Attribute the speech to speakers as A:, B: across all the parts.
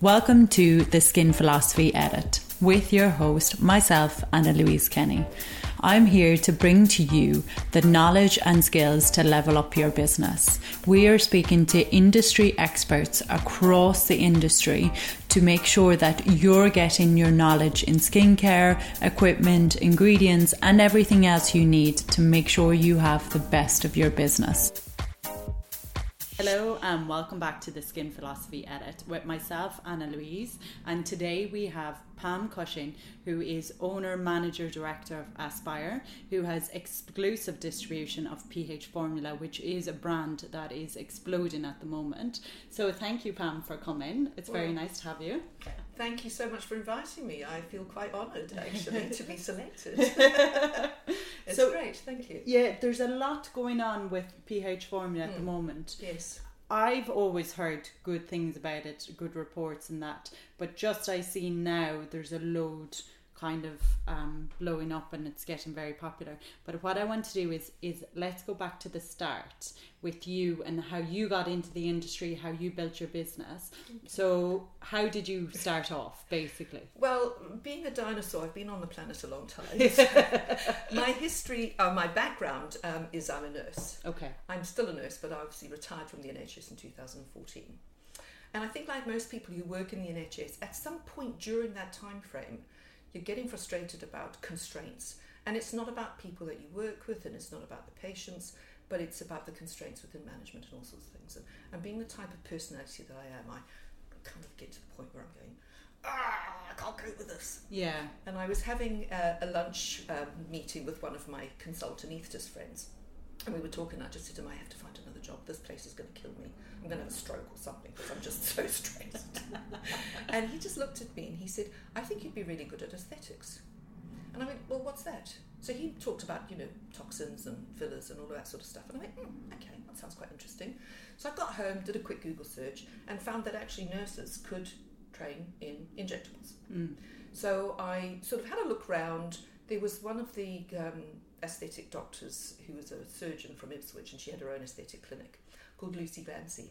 A: Welcome to the Skin Philosophy Edit with your host, myself, Anna Louise Kenny. I'm here to bring to you the knowledge and skills to level up your business. We are speaking to industry experts across the industry to make sure that you're getting your knowledge in skincare, equipment, ingredients, and everything else you need to make sure you have the best of your business. Hello and welcome back to the Skin Philosophy Edit with myself, Anna Louise, and today we have Pam Cushing, who is owner, manager, director of Aspire, who has exclusive distribution of PH Formula, which is a brand that is exploding at the moment. So thank you, Pam, for coming. It's very
B: Well-
A: nice to have you.
B: Thank you so much for inviting me. I feel quite honoured actually to be selected. it's
A: So-
B: great, thank you.
A: Yeah, there's a lot going on with PH Formula at the moment.
B: Yes.
A: I've always heard good things about it, good reports and that, but just I see now there's a load kind of um, blowing up and it's getting very popular. But what I want to do is is let's go back to the start with you and how you got into the industry, how you built your business. So how did you start off basically?
B: Well, being a dinosaur, I've been on the planet a long time.
A: okay.
B: my history, uh, my background um, is I'm a nurse. I'm still a nurse, but I obviously retired from the NHS in 2014. And I think, like most people who work in the NHS, at some point during that time frame, you're getting frustrated about constraints. And it's not about people that you work with, and it's not about the patients, but it's about the constraints within management and all sorts of things. And, and being the type of personality that I am, I kind of get to the point where I'm going, ah, I can't cope with this.
A: Yeah.
B: And I was having uh, a lunch um, meeting with one of my consultant anaesthetist friends. And we were talking, and I just said to him, I have to find another job. This place is going to kill me. I'm going to have a stroke or something because I'm just so stressed. and he just looked at me and he said, I think you'd be really good at aesthetics. And I went, Well, what's that? So he talked about, you know, toxins and fillers and all of that sort of stuff. And I went, hmm, Okay, that sounds quite interesting. So I got home, did a quick Google search, and found that actually nurses could train in injectables.
A: Mm.
B: So I sort of had a look round. There was one of the um, aesthetic doctors who was a surgeon from Ipswich, and she had her own aesthetic clinic called Lucy Glancy.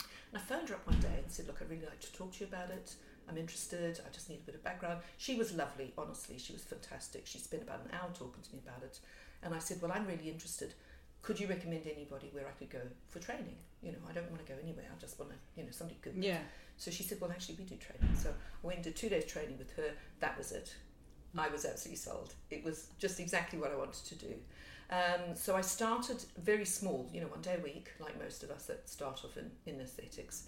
B: And I phoned her up one day and said, Look, I'd really like to talk to you about it. I'm interested. I just need a bit of background. She was lovely, honestly. She was fantastic. She spent about an hour talking to me about it. And I said, Well, I'm really interested. Could you recommend anybody where I could go for training? You know, I don't want to go anywhere. I just want to, you know, somebody good.
A: Yeah.
B: So she said, Well, actually, we do training. So I went and did two days training with her. That was it. I was absolutely sold. It was just exactly what I wanted to do. Um, so I started very small, you know, one day a week, like most of us that start off in, in aesthetics.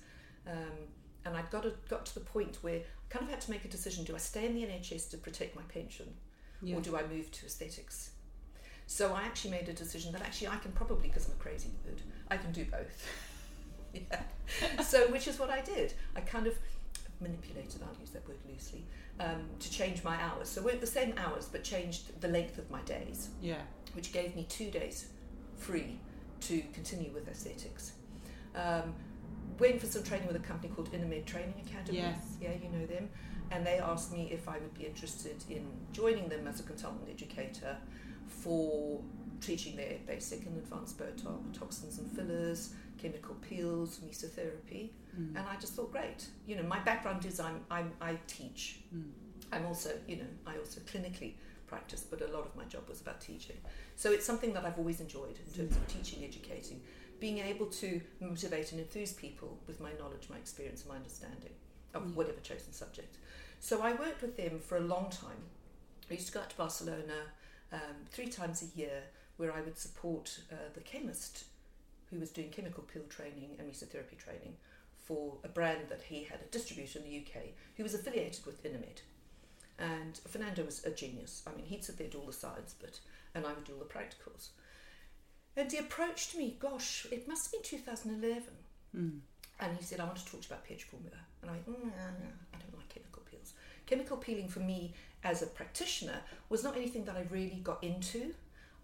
B: Um, and I got, a, got to the point where I kind of had to make a decision do I stay in the NHS to protect my pension
A: Yeah.
B: or do I move to aesthetics? So I actually made a decision that actually I can probably, because I'm a crazy bird, I can do both. yeah. So, which is what I did. I kind of manipulated, I'll use that word loosely, um, to change my hours. So, weren't the same hours, but changed the length of my days
A: Yeah.
B: which gave me two days free to continue with aesthetics. Um, went for some training with a company called Innermed Training Academy.
A: Yes.
B: Yeah, you know them. And they asked me if I would be interested in joining them as a consultant educator for teaching their basic and advanced Botox, toxins and fillers, chemical peels, mesotherapy.
A: Mm.
B: And I just thought, great. You know, my background is I'm, I'm, I teach.
A: Mm.
B: I'm also, you know, I also clinically practice, but a lot of my job was about teaching. So it's something that I've always enjoyed in terms of teaching, educating, being able to motivate and enthuse people with my knowledge, my experience, and my understanding of
A: Mm.
B: whatever chosen subject. So I worked with them for a long time. I used to go out to Barcelona um, three times a year where I would support uh, the chemist who was doing chemical peel training and mesotherapy training for a brand that he had a distributor in the UK who was affiliated with Inamed. And Fernando was a genius. I mean, he'd sit there do all the science bit, and I would do all the practicals. And he approached me, gosh, it must have been 2011.
A: Mm.
B: And he said, I want to talk to you about pH formula. And I went, mm, I don't like chemical peels. Chemical peeling for me as a practitioner was not anything that I really got into.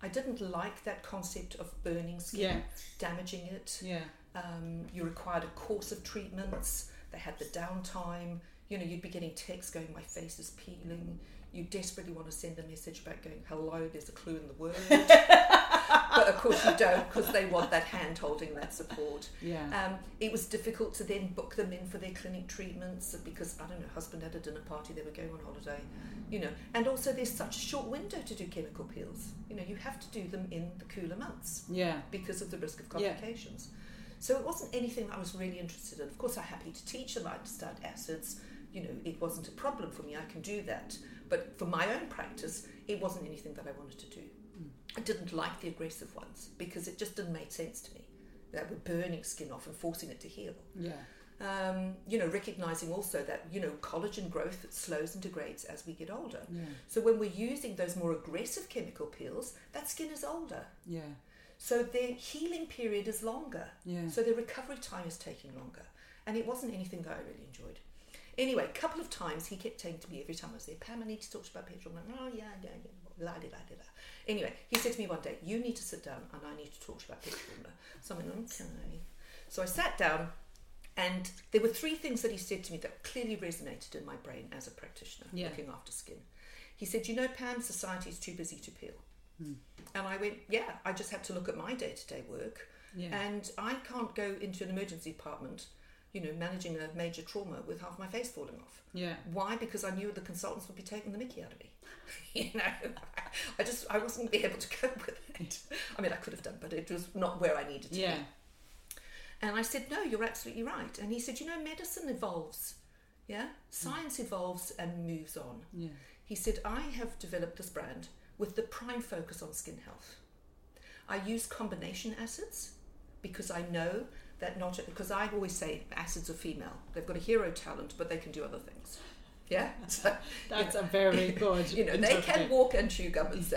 B: I didn't like that concept of burning skin,
A: Yeah.
B: damaging it.
A: Yeah.
B: Um, you required a course of treatments. They had the downtime. You know, you'd be getting texts going, "My face is peeling." You desperately want to send a message back going, "Hello, there's a clue in the word." but of course you don't because they want that hand holding, that support.
C: Yeah.
B: Um, it was difficult to then book them in for their clinic treatments because I don't know, husband had a dinner party, they were going on holiday, you know. And also, there's such a short window to do chemical peels. You know, you have to do them in the cooler months
C: Yeah.
B: because of the risk of
C: Yeah.
B: complications. So it wasn't anything that I was really interested in. Of course, I'm happy to teach and I understand acids. You know, it wasn't a problem for me. I can do that. But for my own practice, it wasn't anything that I wanted to do. I didn't like the aggressive ones because it just didn't make sense to me. That were burning skin off and forcing it to heal.
C: Yeah.
B: Um, you know, recognizing also that you know collagen growth slows and degrades as we get older.
C: Yeah.
B: So when we're using those more aggressive chemical peels, that skin is older.
C: Yeah.
B: So their healing period is longer.
C: Yeah.
B: So their recovery time is taking longer. And it wasn't anything that I really enjoyed. Anyway, a couple of times he kept saying to me every time I was there, Pam, I need to talk to you about petrol. I'm like, oh, yeah, yeah, yeah, la di la di la. Anyway, he said to me one day, you need to sit down and I need to talk to you about petrol. So I'm like, okay. So I sat down and there were three things that he said to me that clearly resonated in my brain as a practitioner
C: Yeah.
B: looking after skin. He said, you know, Pam, society's too busy to peel.
C: Hmm.
B: And I went, yeah, I just had to look at my day to day work.
C: Yeah.
B: And I can't go into an emergency department, you know, managing a major trauma with half my face falling off.
C: Yeah.
B: Why? Because I knew the consultants would be taking the mickey out of me. you know, I just, I wasn't be able to cope with it. I mean, I could have done, but it was not where I needed to
C: Yeah.
B: be. And I said, No, you're absolutely right. And he said, You know, medicine evolves. Yeah? Science evolves and moves on.
C: Yeah.
B: He said, I have developed this brand with the prime focus on skin health. I use combination acids because I know that not, because I always say acids are female. They've got a hero talent, but they can do other things. Yeah? So,
C: That's a very good.
B: you know, they can
C: interpretation.
B: walk and chew gum and so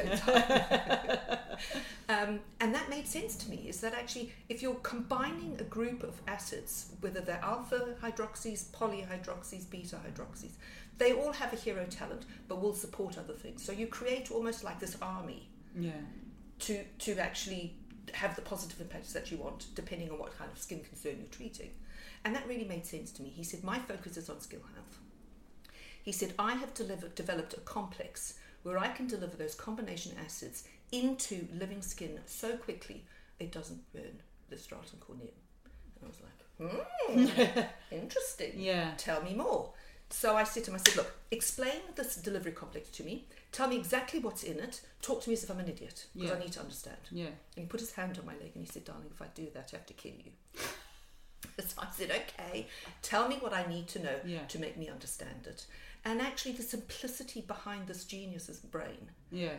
B: um, and that made sense to me is that actually, if you're combining a group of acids, whether they're alpha hydroxys, polyhydroxys, beta hydroxys, they all have a hero talent but will support other things. So you create almost like this army
C: Yeah.
B: to, to actually have the positive impacts that you want, depending on what kind of skin concern you're treating. And that really made sense to me. He said, My focus is on skin health. He said, I have delivered, developed a complex where I can deliver those combination acids into living skin so quickly it doesn't burn the stratum corneum. And I was like, hmm, interesting.
C: Yeah.
B: Tell me more. So I said to him, I said, look, explain this delivery complex to me. Tell me exactly what's in it. Talk to me as if I'm an idiot because
C: Yeah.
B: I need to understand.
C: Yeah.
B: And he put his hand on my leg and he said, Darling, if I do that, I have to kill you. so I said, Okay, tell me what I need to know
C: Yeah.
B: to make me understand it. And actually, the simplicity behind this genius's brain
C: Yeah.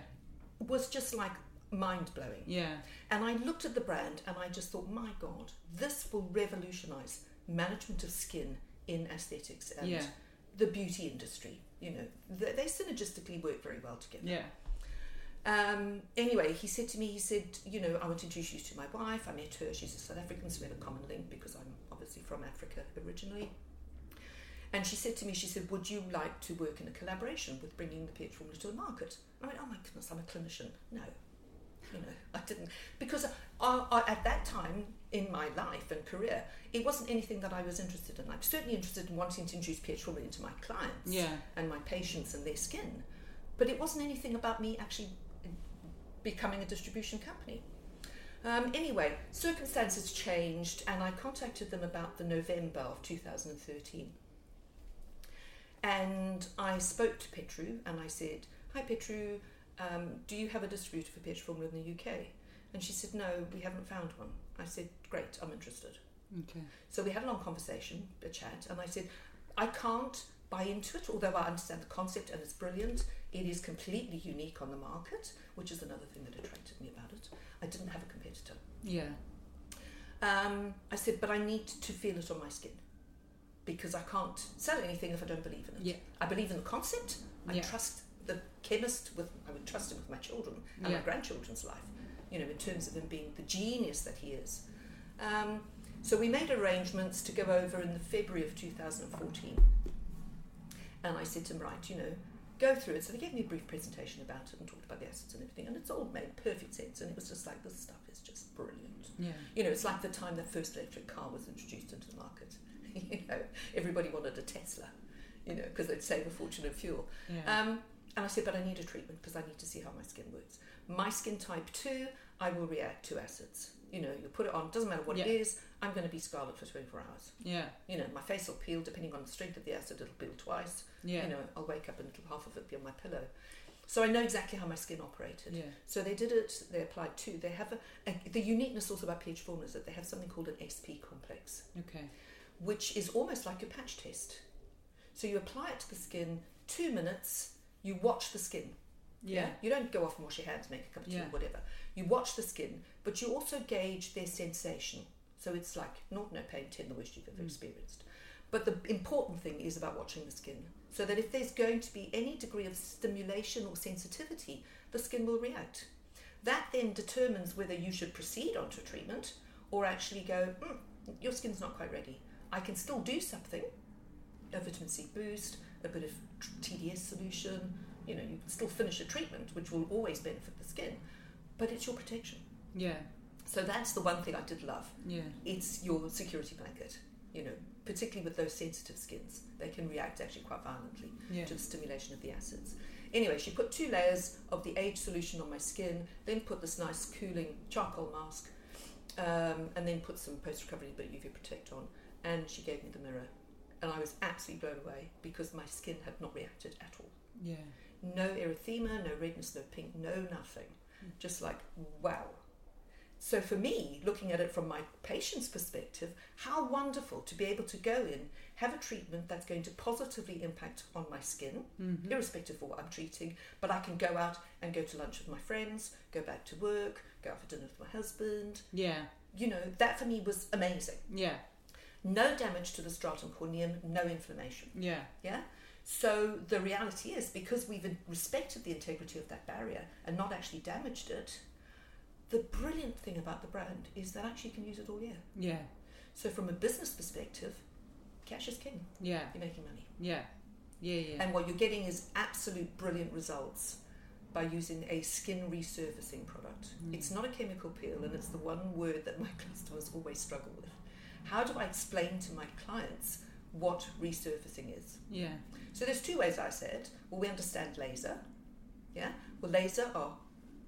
B: was just like mind blowing.
C: Yeah.
B: And I looked at the brand and I just thought, My God, this will revolutionize management of skin in aesthetics and
C: Yeah.
B: the beauty industry. You know, they, they synergistically work very well together.
C: Yeah.
B: Um, anyway, he said to me, he said, you know, I want to introduce you to my wife. I met her. She's a South African, so we have a common link because I'm obviously from Africa originally. And she said to me, she said, would you like to work in a collaboration with bringing the peat formula to the market? I went, oh my goodness, I'm a clinician. No, you know, I didn't. Because I, I, at that time in my life and career, it wasn't anything that I was interested in. I'm certainly interested in wanting to introduce peat formula into my clients
C: Yeah.
B: and my patients and their skin. But it wasn't anything about me actually becoming a distribution company. Um, anyway, circumstances changed, and I contacted them about the November of 2013. And I spoke to Petru and I said, Hi Petru, um, do you have a distributor for Petru Formula in the UK? And she said, No, we haven't found one. I said, Great, I'm interested.
C: Okay.
B: So we had a long conversation, a chat, and I said, I can't buy into it, although I understand the concept and it's brilliant. It is completely unique on the market, which is another thing that attracted me about it. I didn't have a competitor.
C: Yeah.
B: Um, I said, but I need to feel it on my skin because I can't sell anything if I don't believe in it.
C: Yeah.
B: I believe in the concept. I
C: Yeah.
B: trust the chemist with I would trust him with my children and
C: Yeah.
B: my grandchildren's life. You know, in terms of him being the genius that he is. Um, so we made arrangements to go over in the February of 2014. And I said to him, right, you know, go through it. So they gave me a brief presentation about it and talked about the acids and everything. And it's all made perfect sense. And it was just like, this stuff is just brilliant.
C: Yeah.
B: You know, it's like the time the first electric car was introduced into the market. you know, everybody wanted a Tesla, you know, because they'd save a fortune in fuel.
C: Yeah.
B: Um, and I said, but I need a treatment because I need to see how my skin works. My skin type 2, I will react to acids. You know, you put it on, doesn't matter what
C: Yeah.
B: it is, I'm going to be scarlet for 24 hours.
C: Yeah.
B: You know, my face will peel depending on the strength of the acid, it'll peel twice.
C: Yeah.
B: You know, I'll wake up and it'll half of it be on my pillow. So I know exactly how my skin operated.
C: Yeah.
B: So they did it, they applied two. They have a, a, the uniqueness also about pH formulas is that they have something called an SP complex,
C: Okay.
B: which is almost like a patch test. So you apply it to the skin, two minutes, you watch the skin.
C: Yeah.
B: You don't go off and wash your hands, make a cup of tea,
C: Yeah.
B: whatever. You watch the skin, but you also gauge their sensation. So it's like not no pain, ten the worst you've ever experienced. But the important thing is about watching the skin, so that if there's going to be any degree of stimulation or sensitivity, the skin will react. That then determines whether you should proceed onto treatment or actually go, mm, your skin's not quite ready. I can still do something, a vitamin C boost, a bit of t- TDS solution. You know, you can still finish a treatment, which will always benefit the skin, but it's your protection.
C: Yeah.
B: So that's the one thing I did love.
C: Yeah.
B: It's your security blanket. You know, particularly with those sensitive skins, they can react actually quite violently
C: Yeah.
B: to the stimulation of the acids. Anyway, she put two layers of the age solution on my skin, then put this nice cooling charcoal mask, um, and then put some post recovery bit of UV protect on. And she gave me the mirror, and I was absolutely blown away because my skin had not reacted at all.
C: Yeah.
B: No erythema, no redness, no pink, no nothing. Just like, wow. So for me, looking at it from my patient's perspective, how wonderful to be able to go in, have a treatment that's going to positively impact on my skin,
C: Mm-hmm.
A: Hmm.
B: irrespective of what I'm treating, but I can go out and go to lunch with my friends, go back to work, go out for dinner with my husband.
C: Yeah.
B: You know, that for me was amazing.
C: Yeah.
B: No damage to the stratum corneum, no inflammation.
C: Yeah.
B: Yeah. So the reality is, because we've in- respected the integrity of that barrier and not actually damaged it, the brilliant thing about the brand is that actually you can use it all year.
C: Yeah.
B: So from a business perspective, cash is king.
C: Yeah.
B: You're making money,
C: Yeah. Yeah. Yeah.
B: and what you're getting is absolute brilliant results by using a skin resurfacing product. It's not a chemical peel, and it's the one word that my customers always struggle with. How do I explain to my clients what resurfacing is?
C: Yeah.
B: So there's two ways I said. Well, we understand laser. Yeah. Well, laser are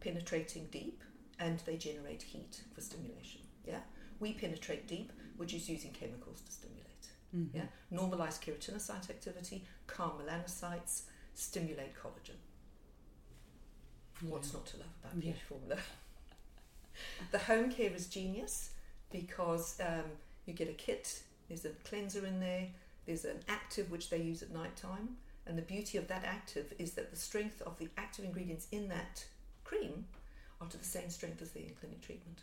B: penetrating deep and they generate heat for stimulation. Yeah. We penetrate deep, which is using chemicals to stimulate.
C: Mm-hmm.
B: Yeah. Normalize keratinocyte activity, calm melanocytes, stimulate collagen. What's not to love about
C: Yeah.
B: pH formula? the home care is genius because um, you get a kit, there's a cleanser in there, there's an active which they use at night time, and the beauty of that active is that the strength of the active ingredients in that cream are to the same strength as the in clinic treatment.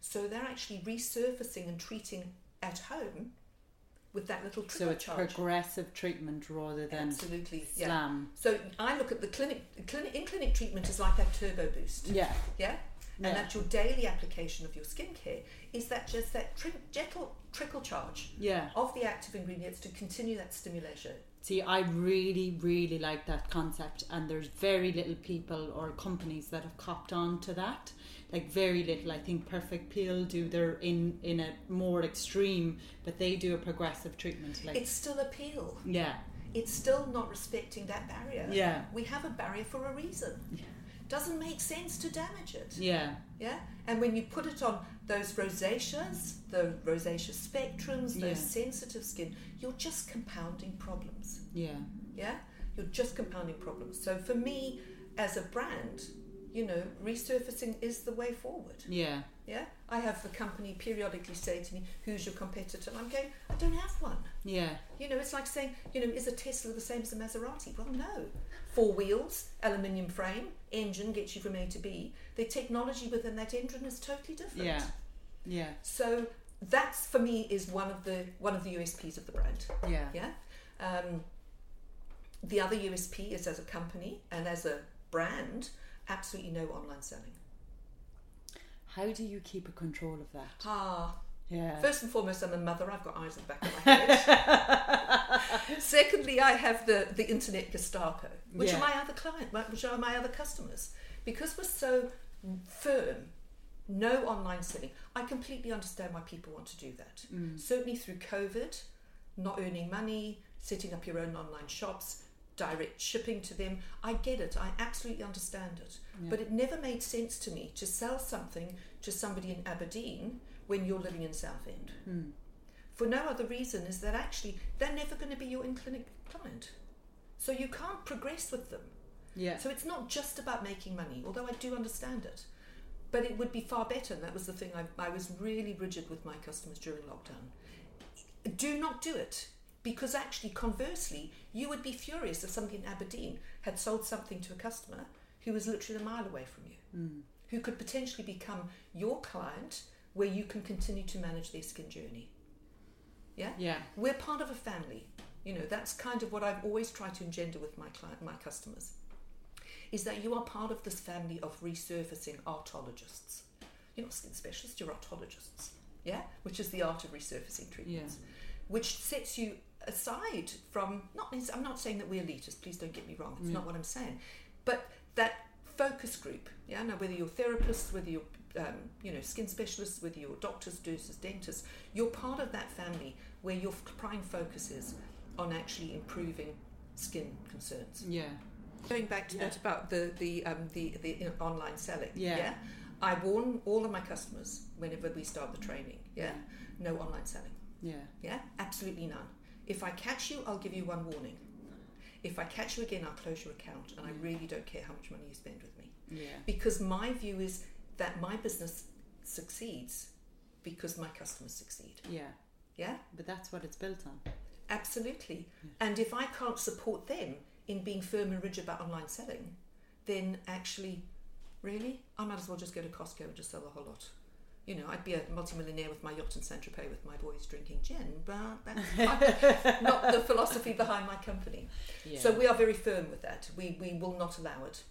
B: So they're actually resurfacing and treating at home with that little
C: So
B: trigger
C: it's
B: charge.
C: progressive treatment rather than
B: Absolutely, yeah.
C: slam.
B: So I look at the clinic, clinic in clinic treatment is like that turbo boost.
C: Yeah.
B: Yeah?
C: Yeah.
B: And that your daily application of your skincare is that just that tri- gentle trickle charge
C: Yeah.
B: of the active ingredients to continue that stimulation.
C: See, I really, really like that concept, and there's very little people or companies that have copped on to that. Like very little. I think Perfect Peel do their in in a more extreme, but they do a progressive treatment. Like
B: It's still a peel.
C: yeah,
B: It's still not respecting that barrier.
C: Yeah.
B: We have a barrier for a reason. Doesn't make sense to damage it.
C: yeah,
B: Yeah? And when you put it on those rosaceas, the rosacea spectrums, those
C: Yeah.
B: sensitive skin, you're just compounding problems.
C: yeah,
B: Yeah? You're just compounding problems. So for me, as a brand, you know, resurfacing is the way forward.
C: yeah,
B: Yeah? I have a company periodically say to me, who's your competitor? And I'm going, I don't have one.
C: yeah,
B: You know, it's like saying, you know, is a Tesla the same as a Maserati? Well, no. Four wheels, aluminium frame, engine gets you from A to B. The technology within that engine is totally different.
C: yeah, yeah,
B: So that's for me is one of the one of the USPs of the brand.
C: yeah,
B: Yeah. Um, the other USP is as a company and as a brand, absolutely no online selling.
C: How do you keep a control of that?
B: Ah,
C: Yeah,
B: First and foremost, I'm a mother. I've got eyes in the back of my head. Secondly, I have the, the internet Gestapo, which
C: Yeah.
B: are my other client, my- which are my other customers. Because we're so firm, no online selling. I completely understand why people want to do that.
C: Mm,
B: Certainly through COVID, not earning money, setting up your own online shops. direct shipping to them. I get it. I absolutely understand it.
C: Yeah.
B: But it never made sense to me to sell something to somebody in Aberdeen when you're living in Southend.
C: Mm.
B: For no other reason is that actually they're never going to be your in clinic client. So you can't progress with them.
C: Yeah.
B: So it's not just about making money, although I do understand it. But it would be far better, and that was the thing I, I was really rigid with my customers during lockdown. Do not do it. Because actually, conversely, you would be furious if somebody in Aberdeen had sold something to a customer who was literally a mile away from you,
C: mm,
B: who could potentially become your client where you can continue to manage their skin journey. Yeah?
C: yeah.
B: We're part of a family. You know, that's kind of what I've always tried to engender with my client, my customers, is that you are part of this family of resurfacing artologists. You're not skin specialists, you're artologists. Yeah, which is the art of resurfacing treatments, which sets you aside from not. I'm not saying that we're elitist. Please don't get me wrong. It's not what I'm saying, but that focus group. Yeah, now whether you're therapists, whether you're um, you know skin specialists, whether you're doctors, nurses, dentists, you're part of that family where your f- prime focus is on actually improving skin concerns.
C: Yeah.
B: Going back to that about the the um, the, the you know, online selling.
C: Yeah.
B: I warn all of my customers whenever we start the training. Yeah. No online selling.
C: Yeah.
B: Yeah. Absolutely none. If I catch you, I'll give you one warning. If I catch you again, I'll close your account, and I really don't care how much money you spend with me.
C: Yeah.
B: Because my view is that my business succeeds because my customers succeed.
C: Yeah.
B: Yeah.
C: But that's what it's built on.
B: Absolutely. And if I can't support them in being firm and rigid about online selling, then actually, really, I might as well just go to Costco and just sell the whole lot. You know, I'd be a multimillionaire with my yacht in Saint Tropez with my boys drinking gin, but that's not the philosophy behind my company.
C: Yeah.
B: So we are very firm with that. We, we will not allow it.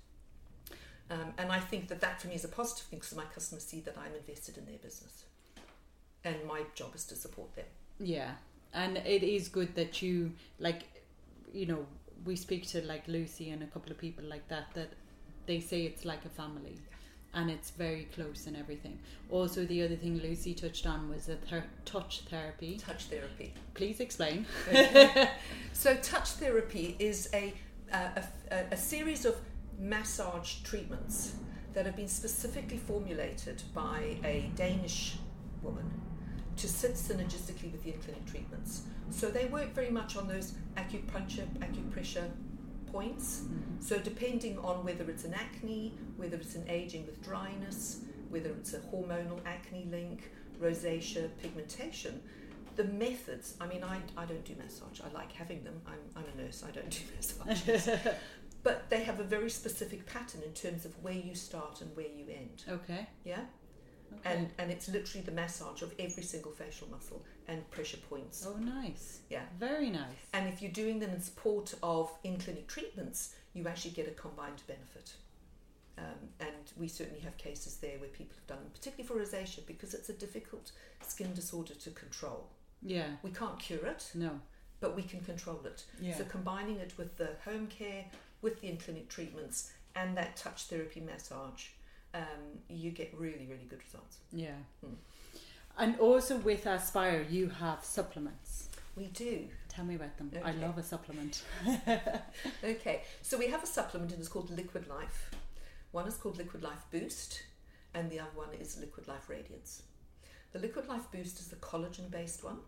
B: Um, and I think that that for me is a positive thing because my customers see that I'm invested in their business. And my job is to support them.
C: Yeah, and it is good that you like, you know, we speak to like Lucy and a couple of people like that that they say it's like a family, and it's very close and everything. Also, the other thing Lucy touched on was the ther- touch therapy.
B: Touch therapy.
C: Please explain.
B: So, touch therapy is a, a, a, a series of massage treatments that have been specifically formulated by a Danish woman to sit synergistically with the in clinic treatments. So, they work very much on those acupuncture, acupressure points. So, depending on whether it's an acne, whether it's an aging with dryness, whether it's a hormonal acne link, rosacea, pigmentation, the methods i mean I, I don't do massage i like having them i'm, I'm a nurse i don't do massages but they have a very specific pattern in terms of where you start and where you end
C: Okay.
B: yeah
C: okay.
B: and and it's literally the massage of every single facial muscle and pressure points
C: oh, nice.
B: Yeah.
C: Very nice.
B: and if you're doing them in support of in clinic treatments you actually get a combined benefit um, and we certainly have cases there where people have done them, particularly for rosacea, because it's a difficult skin disorder to control.
C: Yeah.
B: We can't cure it,
C: No.
B: but we can control it.
C: Yeah.
B: So combining it with the home care, with the in-clinic treatments, and that touch therapy massage, um, you get really, really good results.
C: Yeah.
B: Mm.
C: And also with Aspire, you have supplements.
B: We do.
C: Tell me about them. I
B: Okay.
C: love a supplement.
B: Okay, so we have a supplement and it's called Liquid Life. One is called Liquid Life Boost, and the other one is Liquid Life Radiance. The Liquid Life Boost is the collagen based one.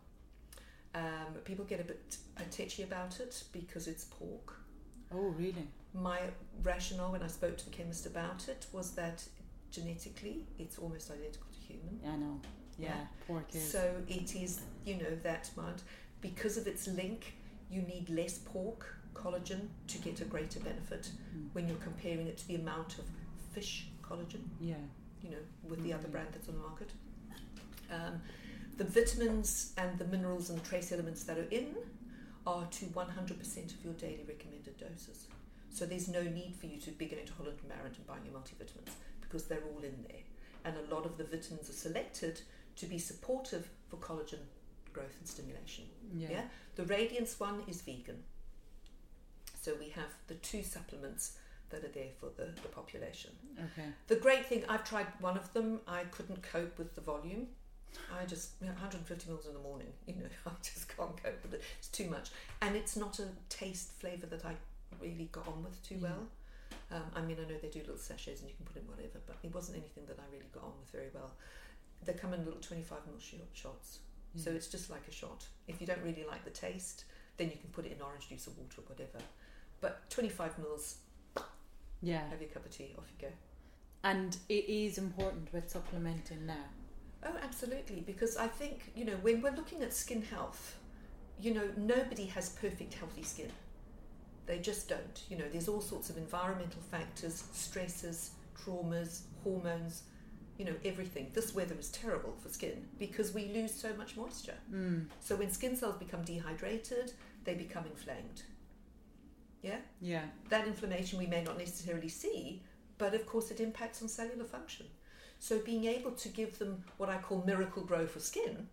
B: Um, people get a bit uh, tetchy about it because it's pork.
C: Oh, really?
B: my rationale when I spoke to the chemist about it was that genetically it's almost identical to human.
C: Yeah, I know. Yeah,
B: Yeah.
C: poor kids.
B: So it is, you know, that much. Because of its link, you need less pork collagen to get a greater benefit
C: Mm.
B: when you're comparing it to the amount of fish collagen,
C: yeah.
B: you know, with the other
C: Mhm.
B: brand that's on the market. Um, the vitamins and the minerals and trace elements that are in are to 100% of your daily recommended doses. So there's no need for you to be going to Holland and Marant and buying your multivitamins because they're all in there. And a lot of the vitamins are selected to be supportive for collagen growth and stimulation.
C: Yeah.
B: Yeah. The Radiance one is vegan. So we have the two supplements that are there for the, the population.
C: Okay.
B: The great thing, I've tried one of them. I couldn't cope with the volume. I just you know, 150 mils in the morning. You know, I just can't cope with it. It's too much, and it's not a taste flavor that I really got on with too
C: Yeah.
B: well. Um, I mean, I know they do little sachets and you can put in whatever, but it wasn't anything that I really got on with very well. They come in little 25 ml sh- shots, so it's just like a shot. If you don't really like the taste, then you can put it in orange juice or water or whatever. But 25 mils,
C: yeah.
B: have your cup of tea, off you go.
C: And it is important with supplementing now.
B: Oh, absolutely. Because I think, you know, when we're looking at skin health, you know, nobody has perfect healthy skin. They just don't. You know, there's all sorts of environmental factors, stresses, traumas, hormones, you know, everything. This weather is terrible for skin because we lose so much moisture.
C: Mm.
B: So when skin cells become dehydrated, they become inflamed. Yeah?
C: Yeah.
B: that inflammation we may not necessarily see, but of course it impacts on cellular function. So being able to give them what I call miracle grow for skin,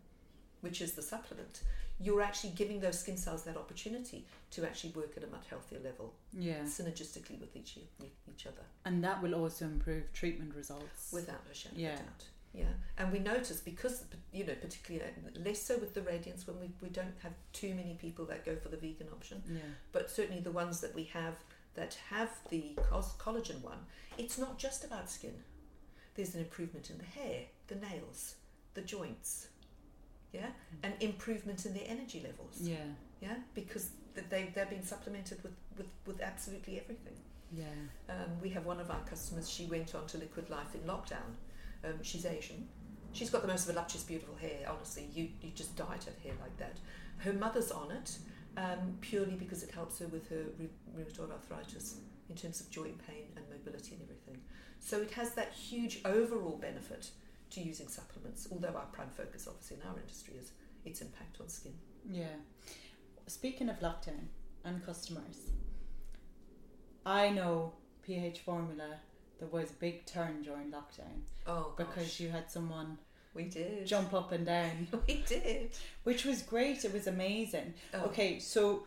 B: which is the supplement, you're actually giving those skin cells that opportunity to actually work at a much healthier level,
C: Yeah.
B: synergistically with each with each other,
C: And that will also improve treatment results.
B: without a shadow
C: Yeah.
B: of a doubt. Yeah, and we notice because you know particularly uh, less so with the radiance when we, we don't have too many people that go for the vegan option
C: yeah.
B: but certainly the ones that we have that have the cos- collagen one, it's not just about skin. There's an improvement in the hair, the nails, the joints, yeah, an improvement in their energy levels,
C: Yeah.
B: yeah, because th- they they're being supplemented with with, with absolutely everything.
C: Yeah.
B: Um, we have one of our customers. She went on to Liquid Life in lockdown. Um, she's Asian. She's got the most voluptuous, beautiful hair. Honestly, you you just dyed her hair like that. Her mother's on it um, purely because it helps her with her rheu- rheumatoid arthritis in terms of joint pain and mobility and everything. So it has that huge overall benefit to using supplements. Although our prime focus, obviously, in our industry is its impact on skin.
C: Yeah. Speaking of lockdown and customers, I know PH Formula, there was a big turn during lockdown
B: Oh, gosh.
C: because you had someone
B: we did
C: jump up and down,
B: We did.
C: which was great. It was amazing.
B: Oh.
C: Okay, so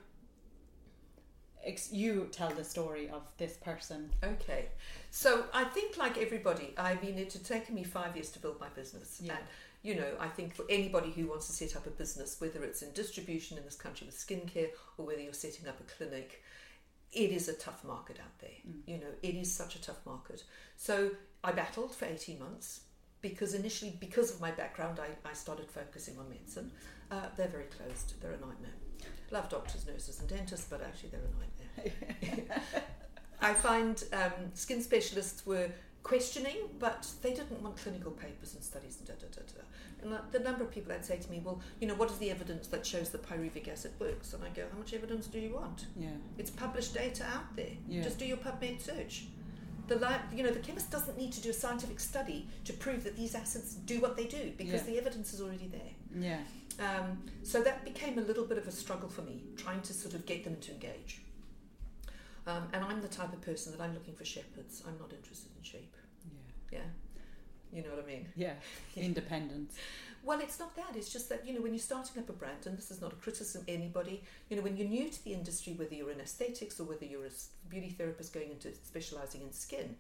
C: ex- you tell the story of this person.
B: Okay. So I think, like everybody, I mean, it had taken me five years to build my business.
C: Yeah.
B: And, you know, I think for anybody who wants to set up a business, whether it's in distribution in this country with skincare or whether you're setting up a clinic, it is a tough market out there. You know, it is such a tough market. So I battled for 18 months because initially, because of my background, I, I started focusing on medicine. Uh, they're very closed, they're a nightmare. Love doctors, nurses, and dentists, but actually, they're a nightmare. I find um, skin specialists were questioning, but they didn't want clinical papers and studies and da da da da. And like, the number of people that say to me, well, you know, what is the evidence that shows that pyruvic acid works? And I go, how much evidence do you want?
C: Yeah.
B: It's published data out there.
C: Yeah.
B: Just do your PubMed search. The li- you know the chemist doesn't need to do a scientific study to prove that these acids do what they do because
C: Yeah.
B: the evidence is already there.
C: Yeah.
B: Um, so that became a little bit of a struggle for me, trying to sort of get them to engage. Um, and I'm the type of person that I'm looking for shepherds. I'm not interested in sheep. Yeah. You know what I mean?
C: Yeah. Yeah. Independence.
B: Well, it's not that. It's just that, you know, when you're starting up a brand, and this is not a criticism of anybody, you know, when you're new to the industry, whether you're in aesthetics or whether you're a s- beauty therapist going into specializing in skin,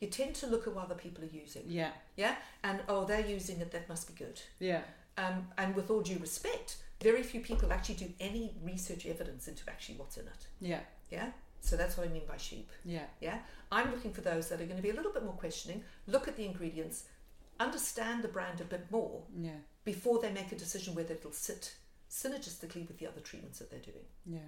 B: you tend to look at what other people are using.
C: Yeah.
B: Yeah. And, oh, they're using it. That must be good.
C: Yeah.
B: um, and with all due respect, very few people actually do any research evidence into actually what's in it.
C: Yeah.
B: Yeah? So that's what I mean by sheep.
C: Yeah.
B: Yeah? I'm looking for those that are going to be a little bit more questioning, look at the ingredients, understand the brand a bit more
C: Yeah.
B: before they make a decision whether it'll sit synergistically with the other treatments that they're doing.
C: Yeah.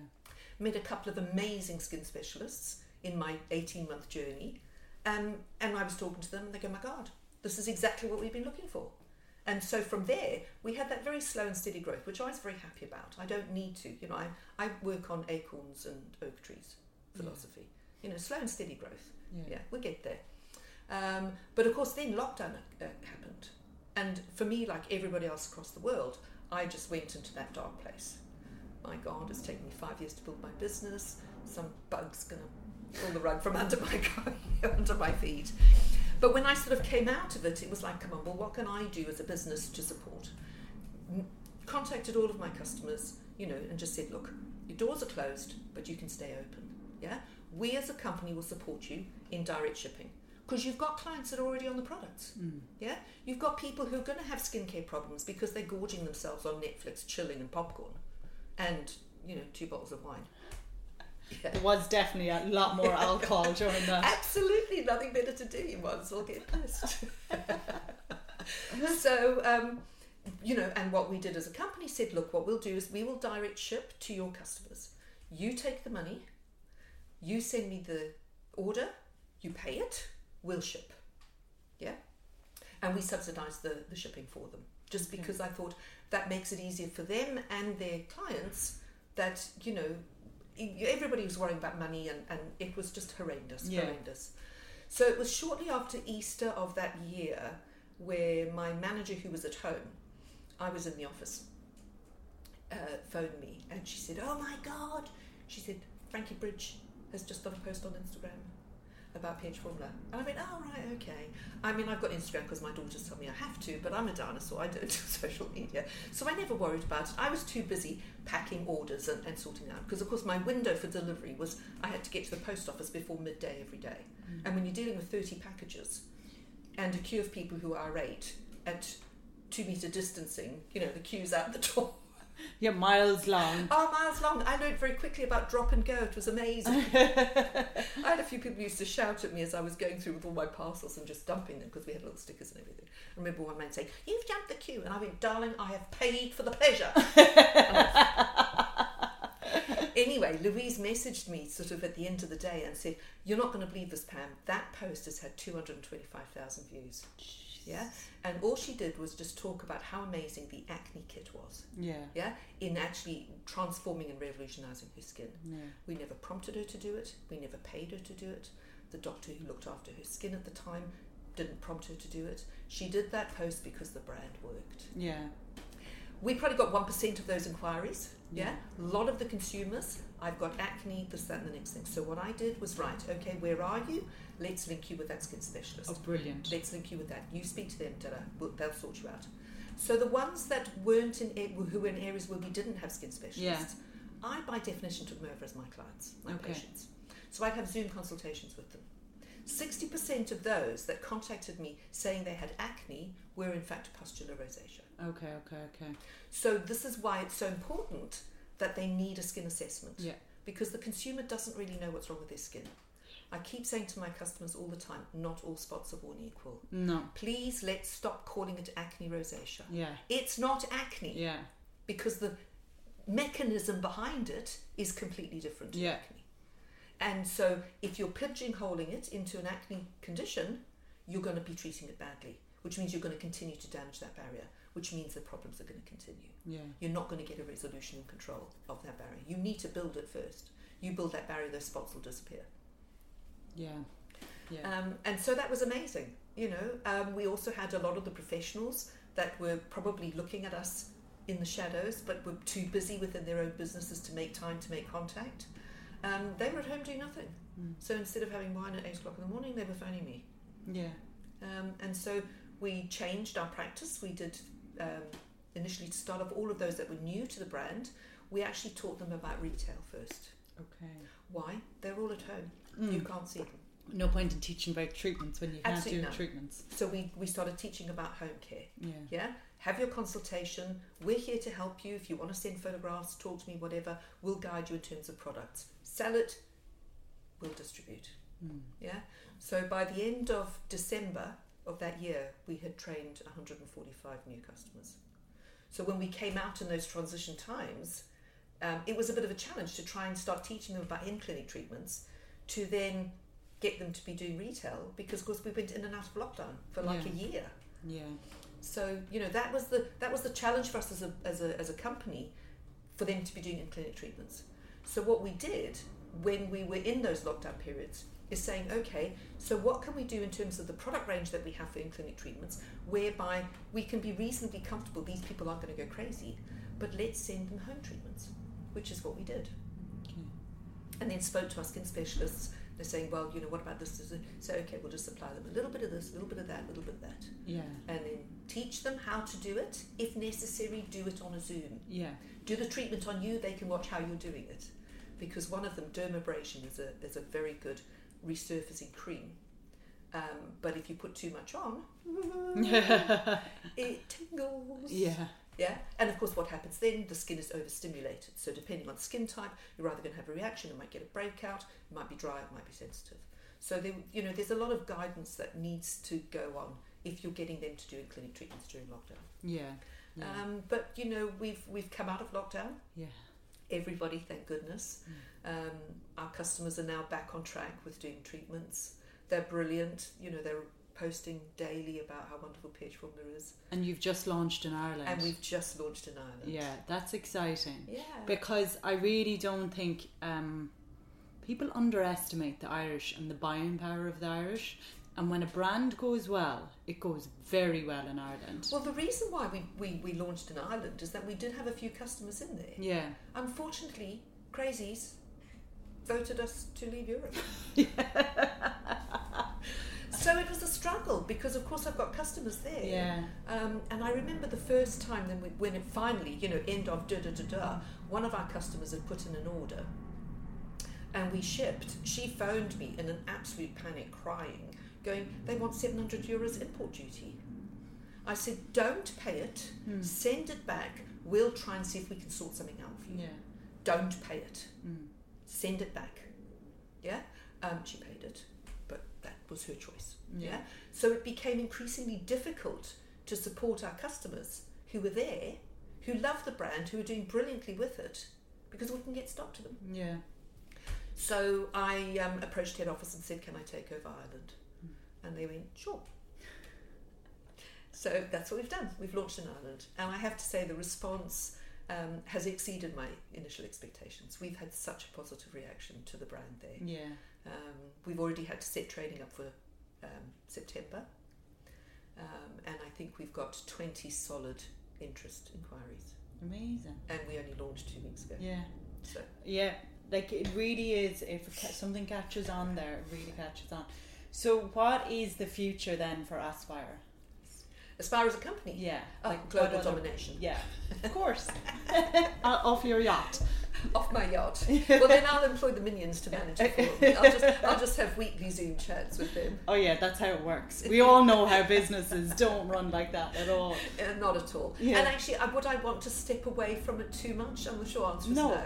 B: Met a couple of amazing skin specialists in my 18 month journey, um, and I was talking to them, and they go, My God, this is exactly what we've been looking for. And so from there, we had that very slow and steady growth, which I was very happy about. I don't need to, you know, I, I work on acorns and oak trees philosophy, you know, slow and steady growth.
C: Yeah.
B: Yeah, we'll get there. Um, but of course, then lockdown uh, happened. And for me, like everybody else across the world, I just went into that dark place. My God, it's taken me five years to build my business. Some bug's going to pull the rug from under my, under my feet. But when I sort of came out of it, it was like, come on, well, what can I do as a business to support? M- Contacted all of my customers, you know, and just said, look, your doors are closed, but you can stay open. Yeah? We as a company will support you in direct shipping because you've got clients that are already on the products.
C: Mm.
B: Yeah? You've got people who are going to have skincare problems because they're gorging themselves on Netflix, chilling, and popcorn and, you know, two bottles of wine. Yeah.
A: There was definitely a lot more alcohol during that.
B: Absolutely nothing better to do. You might as well get pissed. so, um, you know, and what we did as a company said, look, what we'll do is we will direct ship to your customers. You take the money, you send me the order, you pay it, we'll ship. Yeah? And we subsidize the, the shipping for them. Just because I thought that makes it easier for them and their clients that, you know, e- everybody was worrying about money and, and it was just horrendous,
A: Yeah.
B: horrendous. So it was shortly after Easter of that year where my manager, who was at home, I was in the office, uh, phoned me and she said, Oh my God. She said, Frankie Bridge has just done a post on Instagram about Page Formula. And I went, Oh, right, okay. I mean, I've got Instagram because my daughters tell me I have to, but I'm a dinosaur. I don't do social media. So I never worried about it. I was too busy packing orders and, and sorting out because, of course, my window for delivery was I had to get to the post office before midday every day. And when you're dealing with 30 packages and a queue of people who are eight at two meter distancing, you know, the queues out the door
A: You're miles long.
B: are miles long. I learned very quickly about drop and go. It was amazing. I had a few people used to shout at me as I was going through with all my parcels and just dumping them because we had little stickers and everything. I remember one man saying, You've jumped the queue. And I went, Darling, I have paid for the pleasure. anyway, Louise messaged me sort of at the end of the day and said, You're not going to believe this, Pam. That post has had 225,000 views. Yeah, and all she did was just talk about how amazing the acne kit was
A: Yeah.
B: yeah, in actually transforming and revolutionizing her skin. We never prompted her to do it, we never paid her to do it. The doctor who looked after her skin at the time didn't prompt her to do it. She did that post because the brand worked.
A: Yeah.
B: We probably got 1% of those inquiries, yeah? A lot of the consumers, I've got acne, this, that, and the next thing. So what I did was, right, okay, where are you? Let's link you with that skin specialist.
A: Oh, brilliant.
B: Let's link you with that. You speak to them, da They'll sort you out. So the ones that weren't in a- who were in areas where we didn't have skin specialists, I by definition took them over as my clients, my
A: Okay.
B: patients. So I'd have Zoom consultations with them. Sixty percent of those that contacted me saying they had acne were in fact pustular rosacea.
A: Okay, okay, okay.
B: So this is why it's so important that they need a skin assessment.
A: Yeah.
B: Because the consumer doesn't really know what's wrong with their skin. I keep saying to my customers all the time, not all spots are born equal.
A: No.
B: Please let's stop calling it acne rosacea.
A: Yeah.
B: It's not acne
A: Yeah.
B: because the mechanism behind it is completely different to
A: Yeah.
B: acne. And so if you're pigeonholing it into an acne condition, you're going to be treating it badly, which means you're going to continue to damage that barrier, which means the problems are going to continue.
A: Yeah.
B: You're not going to get a resolution and control of that barrier. You need to build it first. You build that barrier, those spots will disappear.
A: Yeah. Yeah.
B: Um, and so that was amazing. You know, um, we also had a lot of the professionals that were probably looking at us in the shadows, but were too busy within their own businesses to make time to make contact. Um, they were at home doing nothing.
A: Mm.
B: So instead of having wine at eight o'clock in the morning, they were phoning me.
A: yeah.
B: Um, and so we changed our practice. We did um, initially to start off all of those that were new to the brand. We actually taught them about retail first.
A: Okay. Mm.
B: Why? They're all at home.
A: Hmm.
B: You can't see them.
A: No point in teaching about treatments when you can't
B: Absolutely
A: do
B: not.
A: treatments.
B: So we, we started teaching about home care.
A: Yeah.
B: Yeah? Have your consultation. We're here to help you. If you want to send photographs, talk to me, whatever, we'll guide you in terms of products. Sell it, we'll distribute.
A: mm.
B: Yeah? So by the end of December of that year, we had trained 145 new customers. So when we came out in those transition times, um, it was a bit of a challenge to try and start teaching them about in clinic treatments to then get them to be doing retail because, of course, we went in and out of lockdown for like
A: Yeah.
B: a year.
A: Yeah.
B: So you know that was the that was the challenge for us as a as a, as a company, for them to be doing in clinic treatments. So what we did when we were in those lockdown periods is saying, okay, so what can we do in terms of the product range that we have for in clinic treatments, whereby we can be reasonably comfortable these people aren't going to go crazy, but let's send them home treatments, which is what we did
A: Okay.
B: and then spoke to our skin specialists. They're saying, well, you know, what about this? this, this?" So, okay, we'll just supply them a little bit of this, a little bit of that, a little bit of that.
A: Yeah.
B: And then teach them how to do it. If necessary, do it on a Zoom.
A: Yeah.
B: Do the treatment on you, they can watch how you're doing it. Because one of them, dermabrasion, is a, is a very good resurfacing cream. Um, but if you put too much on, it tingles.
A: Yeah.
B: Yeah, and of course, what happens then? The skin is overstimulated. So, depending on skin type, you're either going to have a reaction, it might get a breakout, it might be dry, it might be sensitive. So, there, you know, there's a lot of guidance that needs to go on if you're getting them to do clinic treatments during lockdown.
A: Yeah. Yeah.
B: Um, but you know, we've we've come out of lockdown.
A: yeah. Mm.
B: Everybody, thank goodness. Um, our customers are now back on track with doing treatments. They're brilliant. You know, they're posting daily about how wonderful pH formula is,
A: And you've just launched in Ireland.
B: and we've just launched in Ireland.
A: yeah, that's exciting.
B: Yeah.
A: Because I really don't think um, people underestimate the Irish and the buying power of the Irish. And when a brand goes well, it goes very well in Ireland.
B: Well, the reason why we, we, we launched in Ireland is that we did have a few customers in there.
A: yeah.
B: Unfortunately, crazies voted us to leave Europe. so it was a struggle because, of course, I've got customers there.
A: Yeah.
B: Um, and I remember the first time then we, when it finally, you know, end of da da da da, one of our customers had put in an order and we shipped. She phoned me in an absolute panic, crying, going, They want 700 euros import duty. I said, Don't pay it,
A: hmm,
B: send it back. We'll try and see if we can sort something out for you.
A: Yeah.
B: Don't pay it,
A: Mm.
B: send it back. Yeah? Um, she paid it, but that was her choice.
A: Yeah.
B: yeah? So it became increasingly difficult to support our customers who were there, who love the brand, who are doing brilliantly with it, because we can get stock to them.
A: Yeah.
B: So I um, approached head office and said, "Can I take over Ireland?" And they went, "Sure." So that's what we've done. We've launched in Ireland, and I have to say the response um, has exceeded my initial expectations. We've had such a positive reaction to the brand there.
A: Yeah.
B: Um, we've already had to set training up for um, September, um, and I think we've got twenty solid interest inquiries,
A: Amazing.
B: and we only launched two weeks ago.
A: Yeah.
B: So
A: Yeah, like it really is. If it ca- something catches on there, it really catches on. So, what is the future then for Aspire?
B: as far as a company,
A: Yeah,
B: oh,
A: like
B: global
A: what other-
B: domination.
A: Yeah, of course. Uh, Off your yacht.
B: off my yard. Well, then I'll employ the minions to manage it for me. I'll just, I'll just have weekly Zoom chats with them.
A: Oh yeah, that's how it works. We all know how businesses don't run like that at all.
B: Uh, not at all.
A: Yeah.
B: And actually, I, would I want to step away from it too much? I'm sure answer is
A: No.
B: no.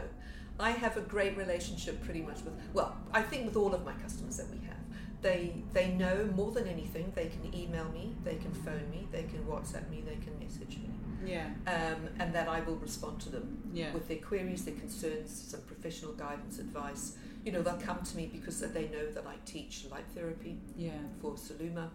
B: I have a great relationship, pretty much with. Well, I think with all of my customers that we have, they they know more than anything. They can email me, they can phone me, they can WhatsApp me, they can message me,
A: Yeah,
B: um, and that I will respond to them.
A: yeah,
B: with their queries, their concerns, some professional guidance, advice. You know, they'll come to me because they know that I teach light therapy
A: yeah,
B: for Saluma.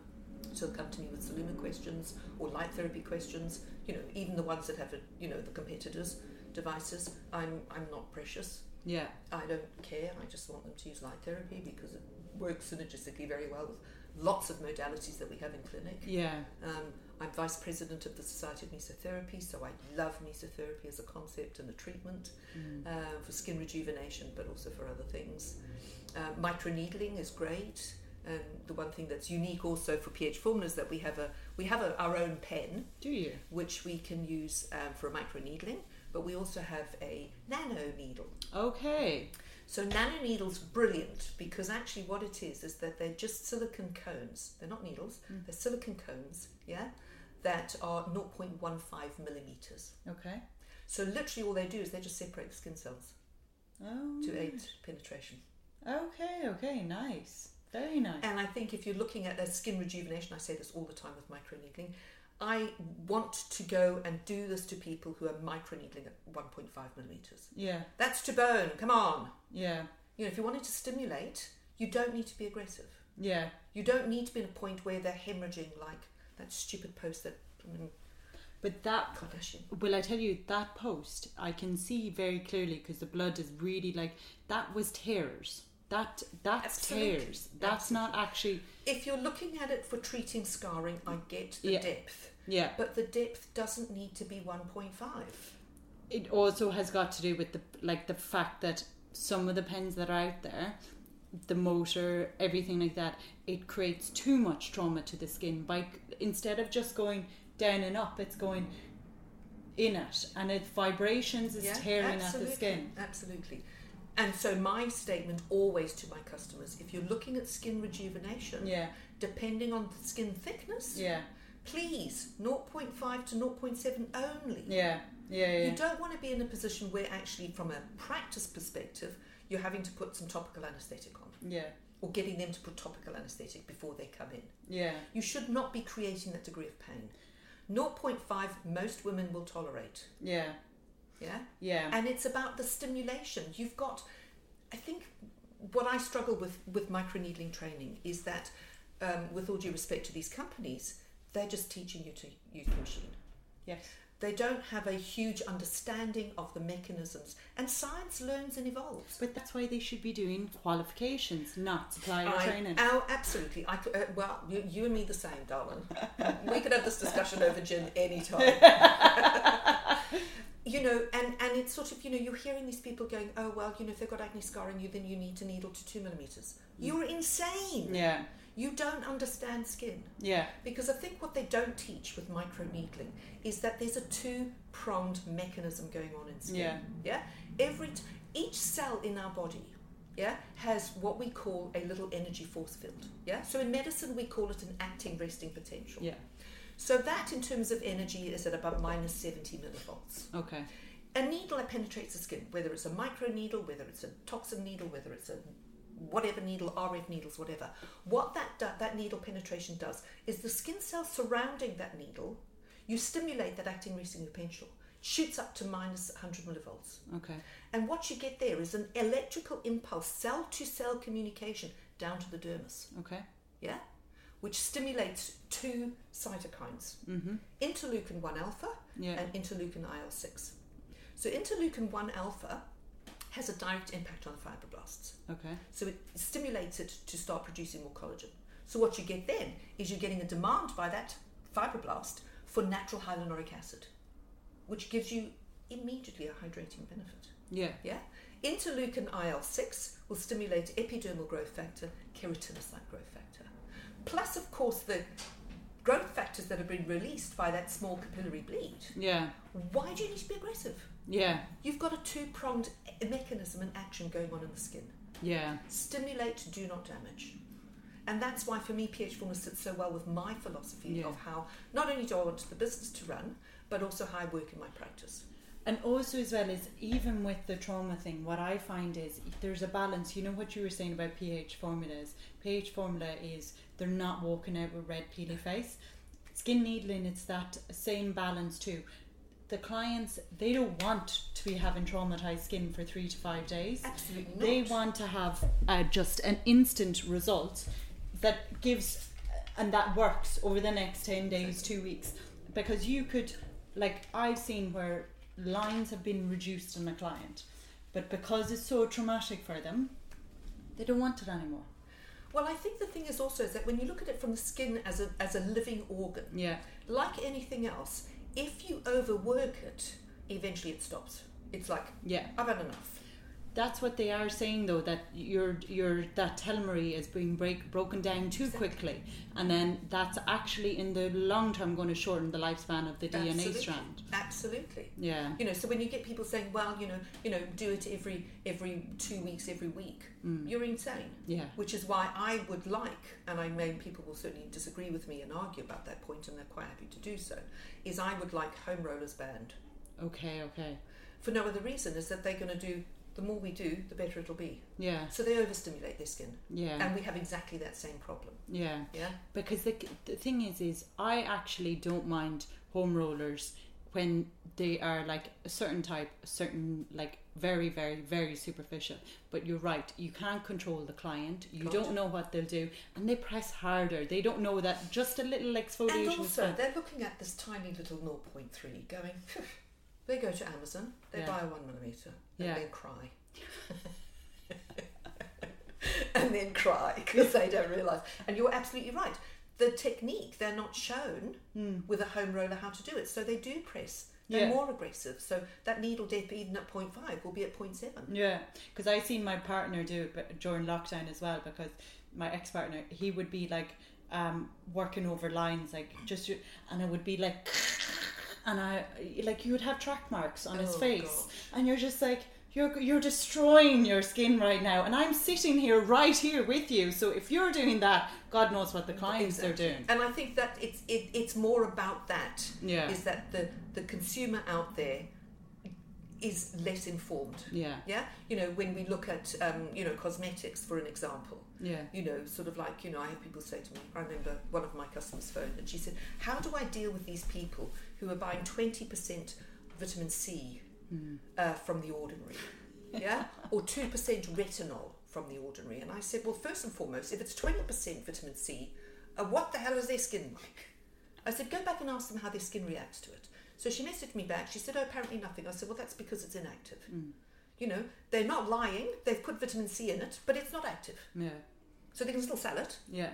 B: So they'll come to me with Saluma questions or light therapy questions. You know, even the ones that have, you know, the competitors' devices. I'm, I'm not precious.
A: yeah,
B: I don't care. I just want them to use light therapy because it works synergistically very well with lots of modalities that we have in clinic.
A: yeah,
B: Um, I'm vice president of the Society of Mesotherapy, so I love mesotherapy as a concept and a treatment
A: Mm.
B: uh, for skin rejuvenation, but also for other things. Uh, microneedling is great, and the one thing that's unique also for pH formula is that we have a we have a, our own pen
A: Do you?
B: which we can use um, for microneedling, but we also have a nano needle.
A: Okay.
B: So nano needles brilliant because actually what it is is that they're just silicon cones. They're not needles. They're silicon cones, yeah, that are 0.15 millimeters.
A: Okay.
B: So literally all they do is they just separate the skin cells
A: Oh.
B: to aid penetration.
A: Okay. Okay. Nice. Very nice.
B: And I think if you're looking at that skin rejuvenation, I say this all the time with microneedling, I want to go and do this to people who are microneedling at 1.5 millimeters.
A: Yeah.
B: That's to bone. Come on.
A: Yeah.
B: You know, if you wanted to stimulate, you don't need to be aggressive.
A: Yeah.
B: You don't need to be in a point where they're hemorrhaging like that stupid post that I mean,
A: But that
B: Kardashian.
A: Well, I tell you that post I can see very clearly because the blood is really like that was tears. That that's
B: Absolutely.
A: tears. That's not actually
B: If you're looking at it for treating scarring, I get the
A: Yeah.
B: depth,
A: yeah.
B: but the depth doesn't need to be 1.5.
A: It also has got to do with the like the fact that some of the pens that are out there, the motor, everything like that, it creates too much trauma to the skin. By instead of just going down and up, it's going in it, and it vibrations is tearing at the
B: absolutely,
A: skin.
B: Absolutely. And so my statement always to my customers, if you're looking at skin rejuvenation,
A: Yeah,
B: depending on the skin thickness,
A: yeah,
B: please 0.5 to 0.7 only.
A: Yeah. Yeah. Yeah.
B: You don't want to be in a position where actually, from a practice perspective, you're having to put some topical anaesthetic on
A: Yeah.
B: or getting them to put topical anaesthetic before they come in.
A: Yeah.
B: You should not be creating that degree of pain. 0.5 most women will tolerate.
A: Yeah.
B: Yeah?
A: Yeah.
B: and it's about the stimulation you've got i think what i struggle with with microneedling training is that um, with all due respect to these companies they're just teaching you to use the machine
A: Yes.
B: they don't have a huge understanding of the mechanisms and science learns and evolves
A: But that's why they should be doing qualifications, not supplier
B: I-
A: training.
B: Oh, absolutely. I, c- uh, well, you, you and me the same, darling. we could have this discussion over gin any time. you know, and, and it's sort of, you know, you're hearing these people going, oh, well, you know, if they've got acne scarring you, then you need to needle to two millimeters. You're insane.
A: Mm. yeah.
B: You don't understand skin.
A: Yeah.
B: Because I think what they don't teach with micro needling is that there's a two pronged mechanism going on in skin.
A: Yeah.
B: Yeah. Every t- each cell in our body, yeah, has what we call a little energy force field. Yeah. So in medicine we call it an acting resting potential.
A: Yeah.
B: So that in terms of energy is at about minus seventy millivolts.
A: Okay.
B: A needle that penetrates the skin, whether it's a micro needle, whether it's a toxin needle, whether it's a whatever needle, RF needles, whatever. What that do, that needle penetration does is the skin cells surrounding that needle, you stimulate that acting resting potential, shoots up to minus 100 millivolts.
A: Okay.
B: And what you get there is an electrical impulse, cell to cell communication down to the dermis,
A: Okay.
B: yeah? Which stimulates two cytokines interleukin 1 alpha
A: Mm-hmm. Yeah.
B: and interleukin IL 6. So, interleukin 1 alpha has a direct impact on the fibroblasts.
A: Okay.
B: So, it stimulates it to start producing more collagen. So, what you get then is you're getting a demand by that fibroblast for natural hyaluronic acid, which gives you immediately a hydrating benefit.
A: Yeah.
B: Yeah. Interleukin IL 6 will stimulate epidermal growth factor, keratinocyte growth factor. Plus, of course, the growth factors that have been released by that small capillary bleed.
A: Yeah.
B: Why do you need to be aggressive?
A: Yeah.
B: You've got a two pronged mechanism and action going on in the skin.
A: Yeah.
B: Stimulate, do not damage. And that's why, for me, pH fullness sits so well with my philosophy
A: Yeah.
B: of how not only do I want the business to run, but also how I work in my practice.
A: And also, as well, is even with the trauma thing, what I find is there's a balance. You know what you were saying about pH formulas? pH formula is they're not walking out with red peely face. Skin needling, it's that same balance too. The clients, they don't want to be having traumatized skin for three to five days.
B: Absolutely not.
A: They want to have uh, just an instant result that gives and that works over the next 10 days, two weeks. Because you could, like, I've seen where lines have been reduced in a client, but because it's so traumatic for them, they don't want it anymore.
B: Well, I think the thing is also is that when you look at it from the skin as a, as a living organ,
A: Yeah,
B: like anything else, if you overwork it, eventually it stops. It's like,
A: yeah.
B: I've had enough.
A: That's what they are saying though that your your that telemetry is being break broken down too quickly, and then that's actually in the long term going to shorten the lifespan of the DNA
B: Absolutely.
A: strand.
B: Absolutely.
A: Yeah,
B: You know, so when you get people saying, well, you know, you know, do it every every two weeks, every week,
A: Mm.
B: you're insane.
A: yeah,
B: Which is why I would like, and I mean people will certainly disagree with me and argue about that point, and they're quite happy to do so, is I would like home rollers banned.
A: okay, okay,
B: For no other reason is that they're going to do, the more we do, the better it'll be.
A: yeah,
B: So they overstimulate their skin.
A: yeah,
B: And we have exactly that same problem.
A: yeah.
B: Yeah?
A: Because the the thing is, is I actually don't mind home rollers when they are like a certain type, a certain like very, very, very superficial. But you're right, you can't control the client. You
B: Can't.
A: don't know what they'll do, and they press harder. They don't know that just a little exfoliation.
B: And
A: is
B: also,
A: fine.
B: they're looking at this tiny little 0.3 going, "Phew." they go to Amazon, they
A: Yeah.
B: buy a one millimeter, and
A: Yeah.
B: then cry. and then cry because they don't realise. And you're absolutely right. The technique, they're not shown
A: Hmm.
B: with a home roller how to do it. So they do press. They're
A: Yeah.
B: more aggressive. So that needle depth, even at 0.5, will be at 0.7.
A: Yeah, because I seen my partner do it but during lockdown as well. Because my ex partner, he would be like um, working over lines, like just, and it would be like, and I like you would have track marks on his
B: Oh,
A: face,
B: gosh.
A: and you're just like, you're you're destroying your skin right now, and I'm sitting here right here with you. So if you're doing that, God knows what the clients
B: Exactly.
A: are doing.
B: And I think that it's it, it's more about that.
A: Yeah.
B: Is that the the consumer out there is less informed.
A: Yeah,
B: Yeah. You know, when we look at um, you know cosmetics for an example,
A: yeah,
B: you know, sort of like you know, I have people say to me. I remember one of my customers phoned and she said, "How do I deal with these people who are buying twenty percent vitamin C uh, from the ordinary, yeah, or two percent retinol from the ordinary?" And I said, "Well, first and foremost, if it's twenty percent vitamin C, uh, what the hell is their skin like?" I said, "Go back and ask them how their skin reacts to it." So she messaged me back. She said, "Oh, apparently nothing." I said, "Well, that's because it's inactive." You know, they're not lying. They've put vitamin C in it, but it's not active.
A: yeah,
B: So they can still sell it.
A: yeah,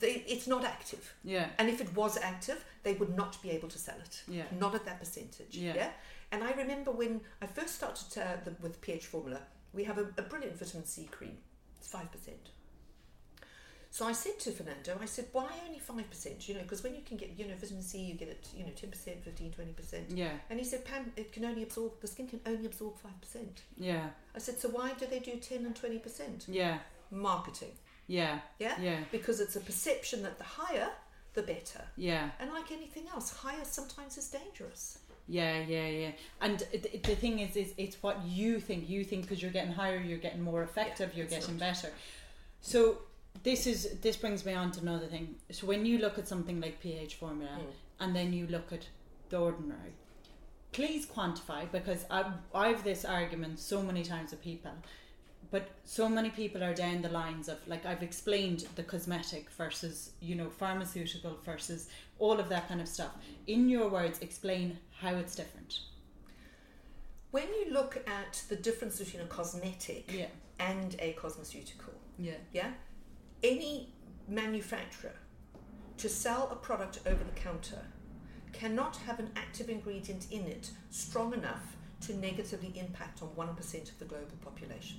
B: They, it's not active.
A: yeah,
B: And if it was active, they would not be able to sell it.
A: Yeah.
B: Not at that percentage.
A: Yeah.
B: And I remember when I first started uh, the, with pH formula, we have a, a brilliant vitamin C cream. It's 5%. So I said to Fernando, I said, why only 5%? You know, because when you can get, you know, vitamin C, you get it, you know, 10%, 15 20%.
A: yeah,
B: And he said, Pam, it can only absorb, the skin can only absorb 5%.
A: yeah,
B: I said, so why do they do 10 and 20%?
A: yeah,
B: Marketing.
A: yeah,
B: Yeah?
A: yeah,
B: Because it's a perception that the higher, the better.
A: yeah.
B: And like anything else, higher sometimes is dangerous.
A: Yeah, yeah, yeah. And th- the thing is, is it's what you think. You think because you're getting higher, you're getting more effective, you're
B: that's
A: getting better. So this is this brings me on to another thing. So when you look at something like pH formula,
B: Mm.
A: and then you look at the ordinary, please quantify because I, I've this argument so many times with people. But so many people are down the lines of like I've explained the cosmetic versus you know pharmaceutical versus all of that kind of stuff. In your words, explain how it's different.
B: When you look at the difference between a cosmetic
A: Yeah,
B: and a cosmeceutical,
A: yeah,
B: yeah, any manufacturer to sell a product over the counter cannot have an active ingredient in it strong enough to negatively impact on 1% of the global population.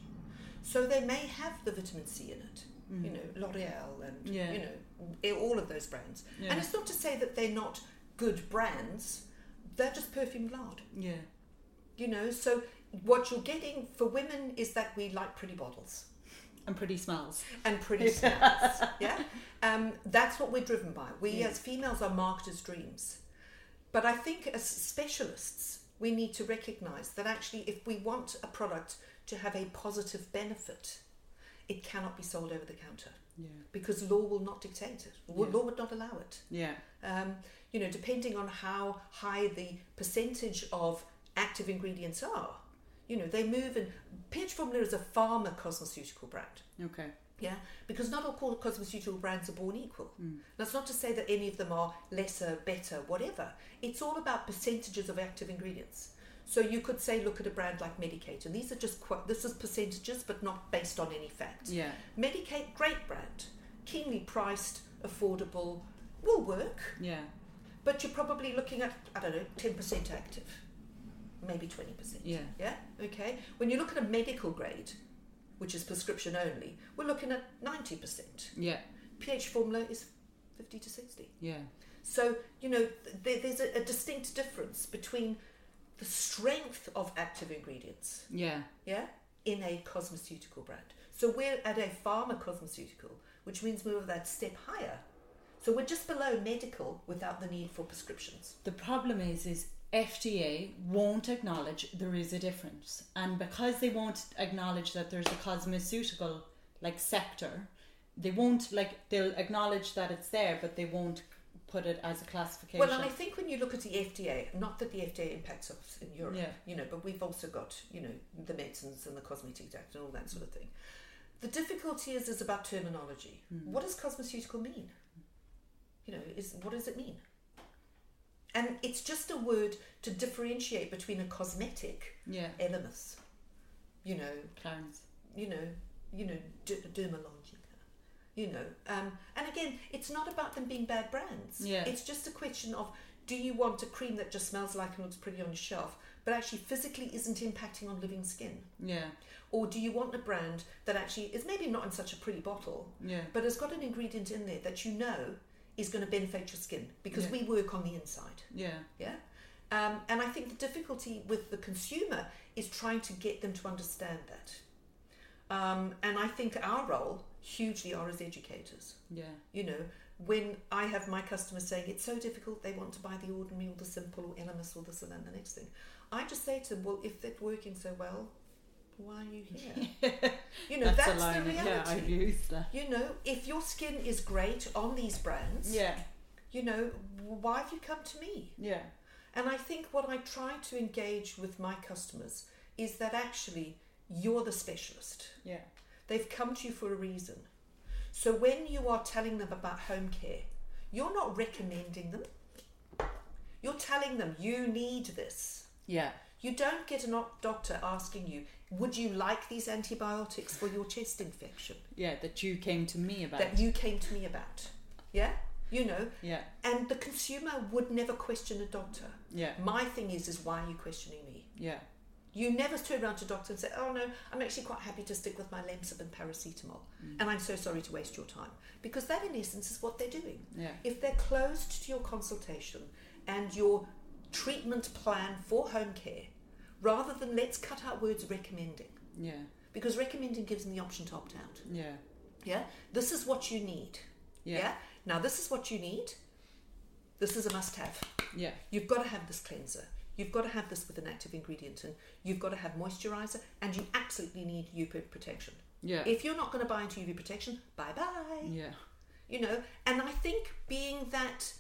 B: So they may have the vitamin C in it,
A: Mm.
B: you know, L'Oreal and,
A: Hmm. Yeah.
B: you know, all of those brands.
A: Yeah.
B: And it's not to say that they're not good brands, they're just perfumed loud,
A: yeah,
B: you know. So what you're getting for women is that we like pretty bottles
A: and pretty smells.
B: and pretty smells. yeah, um, that's what we're driven by. We
A: Yeah.
B: as females are marketers' dreams, but I think as specialists, we need to recognise that actually, if we want a product to have a positive benefit, it cannot be sold over the counter
A: Yeah,
B: because law will not dictate it. Law
A: Yeah.
B: law would not allow it
A: yeah,
B: um, you know, depending on how high the percentage of active ingredients are, you know, they move and pH Formula is a pharma cosmeceutical brand.
A: okay,
B: Yeah, because not all co- cosmeceutical brands are born equal.
A: Mm.
B: That's not to say that any of them are lesser, better, whatever. It's all about percentages of active ingredients. So you could say, look at a brand like Medicaid, and these are just qu- this is percentages, but not based on any facts.
A: yeah,
B: Medicaid, great brand, keenly priced, affordable, will work
A: yeah,
B: but you're probably looking at I don't know, ten percent active, maybe twenty percent.
A: Yeah.
B: Yeah. Okay. When you look at a medical grade, which is prescription only, we're looking at ninety percent.
A: yeah,
B: pH formula is fifty to sixty.
A: yeah,
B: So you know th- there, there's a, a distinct difference between the strength of active ingredients,
A: yeah,
B: yeah, in a cosmeceutical brand. So we're at a pharma cosmeceutical, which means we're that step higher. So we're just below medical without the need for prescriptions.
A: The problem is, is FDA won't acknowledge there is a difference, and because they won't acknowledge that there's a cosmeceutical like sector, they won't like they'll acknowledge that it's there, but they won't put it as a classification.
B: Well, and I think when you look at the FDA, not that the FDA impacts us in Europe,
A: Yeah.
B: you know, but we've also got, you know, the medicines and the Cosmetic Act and all that sort of thing. The difficulty is is about terminology. What does cosmeceutical mean? You know, is what does it mean? And it's just a word to differentiate between a cosmetic
A: yeah,
B: elemis, you know,
A: Clarence.
B: you know, you know, d- dermalogica, you know. Um, and again, it's not about them being bad brands.
A: Yeah.
B: It's just a question of do you want a cream that just smells like and looks pretty on your shelf, but actually physically isn't impacting on living skin?
A: Yeah,
B: Or do you want a brand that actually is maybe not in such a pretty bottle,
A: yeah,
B: but has got an ingredient in there that you know is going to benefit your skin because
A: Yeah.
B: we work on the inside.
A: yeah,
B: Yeah. Um, and I think the difficulty with the consumer is trying to get them to understand that. Um, and I think our role hugely are as educators.
A: Yeah.
B: You know, when I have my customers saying it's so difficult, they want to buy the ordinary or the simple or Elemis or this and then the next thing, I just say to them, well, if it's working so well, why are you here? You know, that's,
A: a line.
B: the reality.
A: Yeah, I've used that.
B: You know, if your skin is great on these brands,
A: Yeah.
B: you know, why have you come to me?
A: Yeah.
B: And I think what I try to engage with my customers is that actually you're the specialist.
A: Yeah.
B: They've come to you for a reason. So when you are telling them about home care, you're not recommending them. You're telling them you need this.
A: Yeah.
B: You don't get a noc- doctor asking you, would you like these antibiotics for your chest infection
A: Yeah. That you came to me about.
B: that you came to me about? Yeah? You know,
A: yeah.
B: and the consumer would never question a doctor.
A: Yeah.
B: My thing is, is why are you questioning me?
A: Yeah.
B: You never turn around to a doctor and say, "Oh no, I'm actually quite happy to stick with my Lemsip and paracetamol," and I'm so sorry to waste your time because that, in essence, is what they're doing.
A: Yeah.
B: If they're closed to your consultation and your treatment plan for home care, rather than let's cut out words recommending
A: Yeah.
B: because recommending gives them the option to opt out.
A: Yeah.
B: Yeah, this is what you need.
A: Yeah.
B: Now this is what you need. This is a must-have.
A: Yeah.
B: You've got to have this cleanser. You've got to have this with an active ingredient in. You've got to have moisturizer, and you absolutely need UV protection.
A: Yeah.
B: If you're not going to buy into UV protection, bye bye.
A: Yeah.
B: You know, and I think being that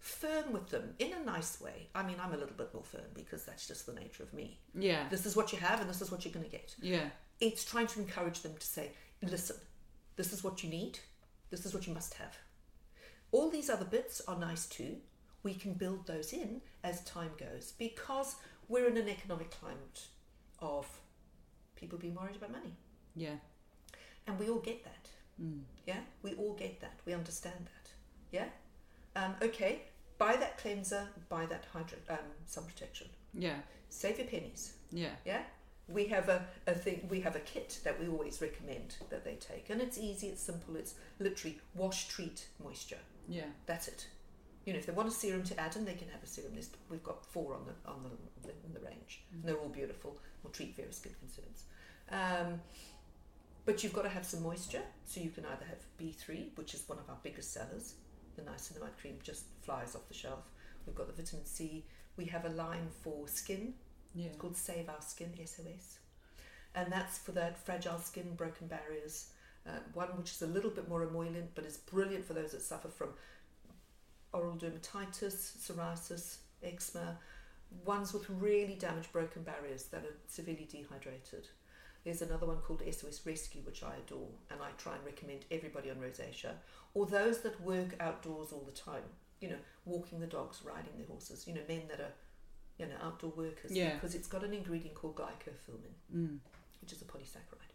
B: firm with them in a nice way. I mean, I'm a little bit more firm because that's just the nature of me.
A: Yeah.
B: This is what you have, and this is what you're going to get.
A: Yeah.
B: It's trying to encourage them to say, listen, this is what you need, this is what you must have. All these other bits are nice too. We can build those in as time goes because we're in an economic climate of people being worried about money.
A: Yeah. Mm.
B: And we all get that. Yeah? We all get that. We understand that. Yeah? Um, okay, buy that cleanser, buy that hydro- um, sun protection.
A: Yeah.
B: Save your pennies.
A: Yeah.
B: Yeah. We have a, a thing we have a kit that we always recommend that they take. And it's easy, it's simple, it's literally wash, treat, moisture.
A: Yeah.
B: That's it. You know, if they want a serum to add in, they can have a serum list. We've got four on the on the, in the range, and they're all beautiful. Will treat various skin concerns. Um, but you've got to have some moisture, so you can either have B3, which is one of our biggest sellers. The niacinamide cream just flies off the shelf. We've got the vitamin C. We have a line for skin
A: Yeah.
B: it's called Save Our Skin SOS, and that's for that fragile skin, broken barriers. Uh, one which is a little bit more emollient, but is brilliant for those that suffer from oral dermatitis, psoriasis, eczema, ones with really damaged, broken barriers that are severely dehydrated. There's another one called SOS Rescue, which I adore, and I try and recommend everybody on rosacea, or those that work outdoors all the time. You know, walking the dogs, riding the horses. You know, men that are, you know, outdoor workers.
A: Yeah.
B: Because it's got an ingredient called glycofilmin,
A: Mm.
B: which is a polysaccharide,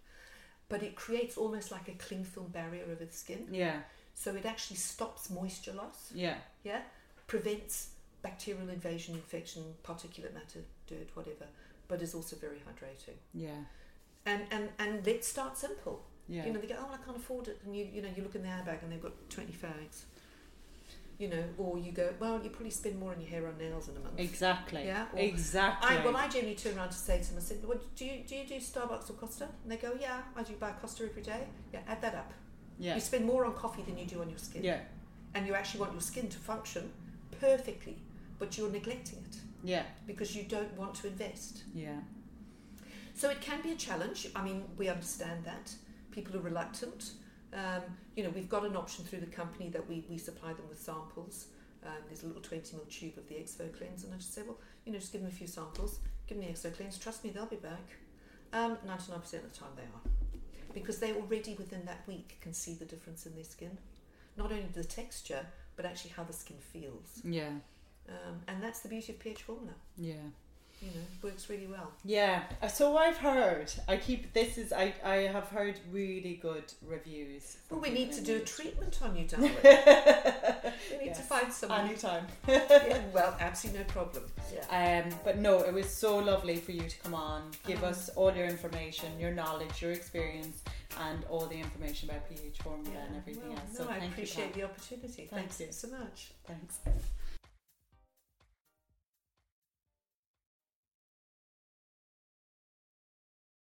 B: but it creates almost like a cling film barrier over the skin,
A: Yeah.
B: so it actually stops moisture loss
A: Yeah.
B: yeah, prevents bacterial invasion, infection, particulate matter, dirt, whatever, but is also very hydrating.
A: Yeah.
B: And and and let's start simple.
A: Yeah.
B: You know, they go, oh, I can't afford it, and you you know you look in the airbag and they've got twenty fags. You know, or you go, well, you probably spend more on your hair and nails in a month.
A: Exactly.
B: Yeah, or-
A: Exactly.
B: I, well, I generally turn around to say to them, I said, what, do, you, do you do Starbucks or Costa? And they go, yeah, I do buy Costa every day. Yeah, add that up.
A: yeah.
B: You spend more on coffee than you do on your skin.
A: Yeah.
B: And you actually want your skin to function perfectly, but you're neglecting it
A: Yeah.
B: because you don't want to invest.
A: Yeah.
B: So it can be a challenge. I mean, we understand that. People are reluctant. Um, you know, we've got an option through the company that we, we supply them with samples. Um, there's a little 20 ml tube of the Exfo cleanse, and I just say, well, you know, just give them a few samples, give them the Exfo cleanse, trust me, they'll be back. Um, 99% of the time they are. Because they already within that week can see the difference in their skin. Not only the texture, but actually how the skin feels.
A: Yeah.
B: Um, and that's the beauty of pH formula.
A: Yeah.
B: You know, it works really well.
A: Yeah. Uh, So I've heard. I keep this is I I have heard really good reviews.
B: Well,
A: from
B: we
A: people
B: need to
A: in
B: do a
A: it.
B: treatment on you, darling. we need to
A: Yes.
B: find someone.
A: anytime.
B: yeah, well, absolutely no problem. Yeah.
A: Um, but no, it was so lovely for you to come on, give
B: Um,
A: us all your information, your knowledge, your experience, and all the information about pH formula and everything
B: well,
A: else.
B: No,
A: so
B: I
A: thank
B: appreciate
A: you.
B: the opportunity.
A: Thank
B: Thanks
A: you.
B: so much.
A: Pat. Thanks.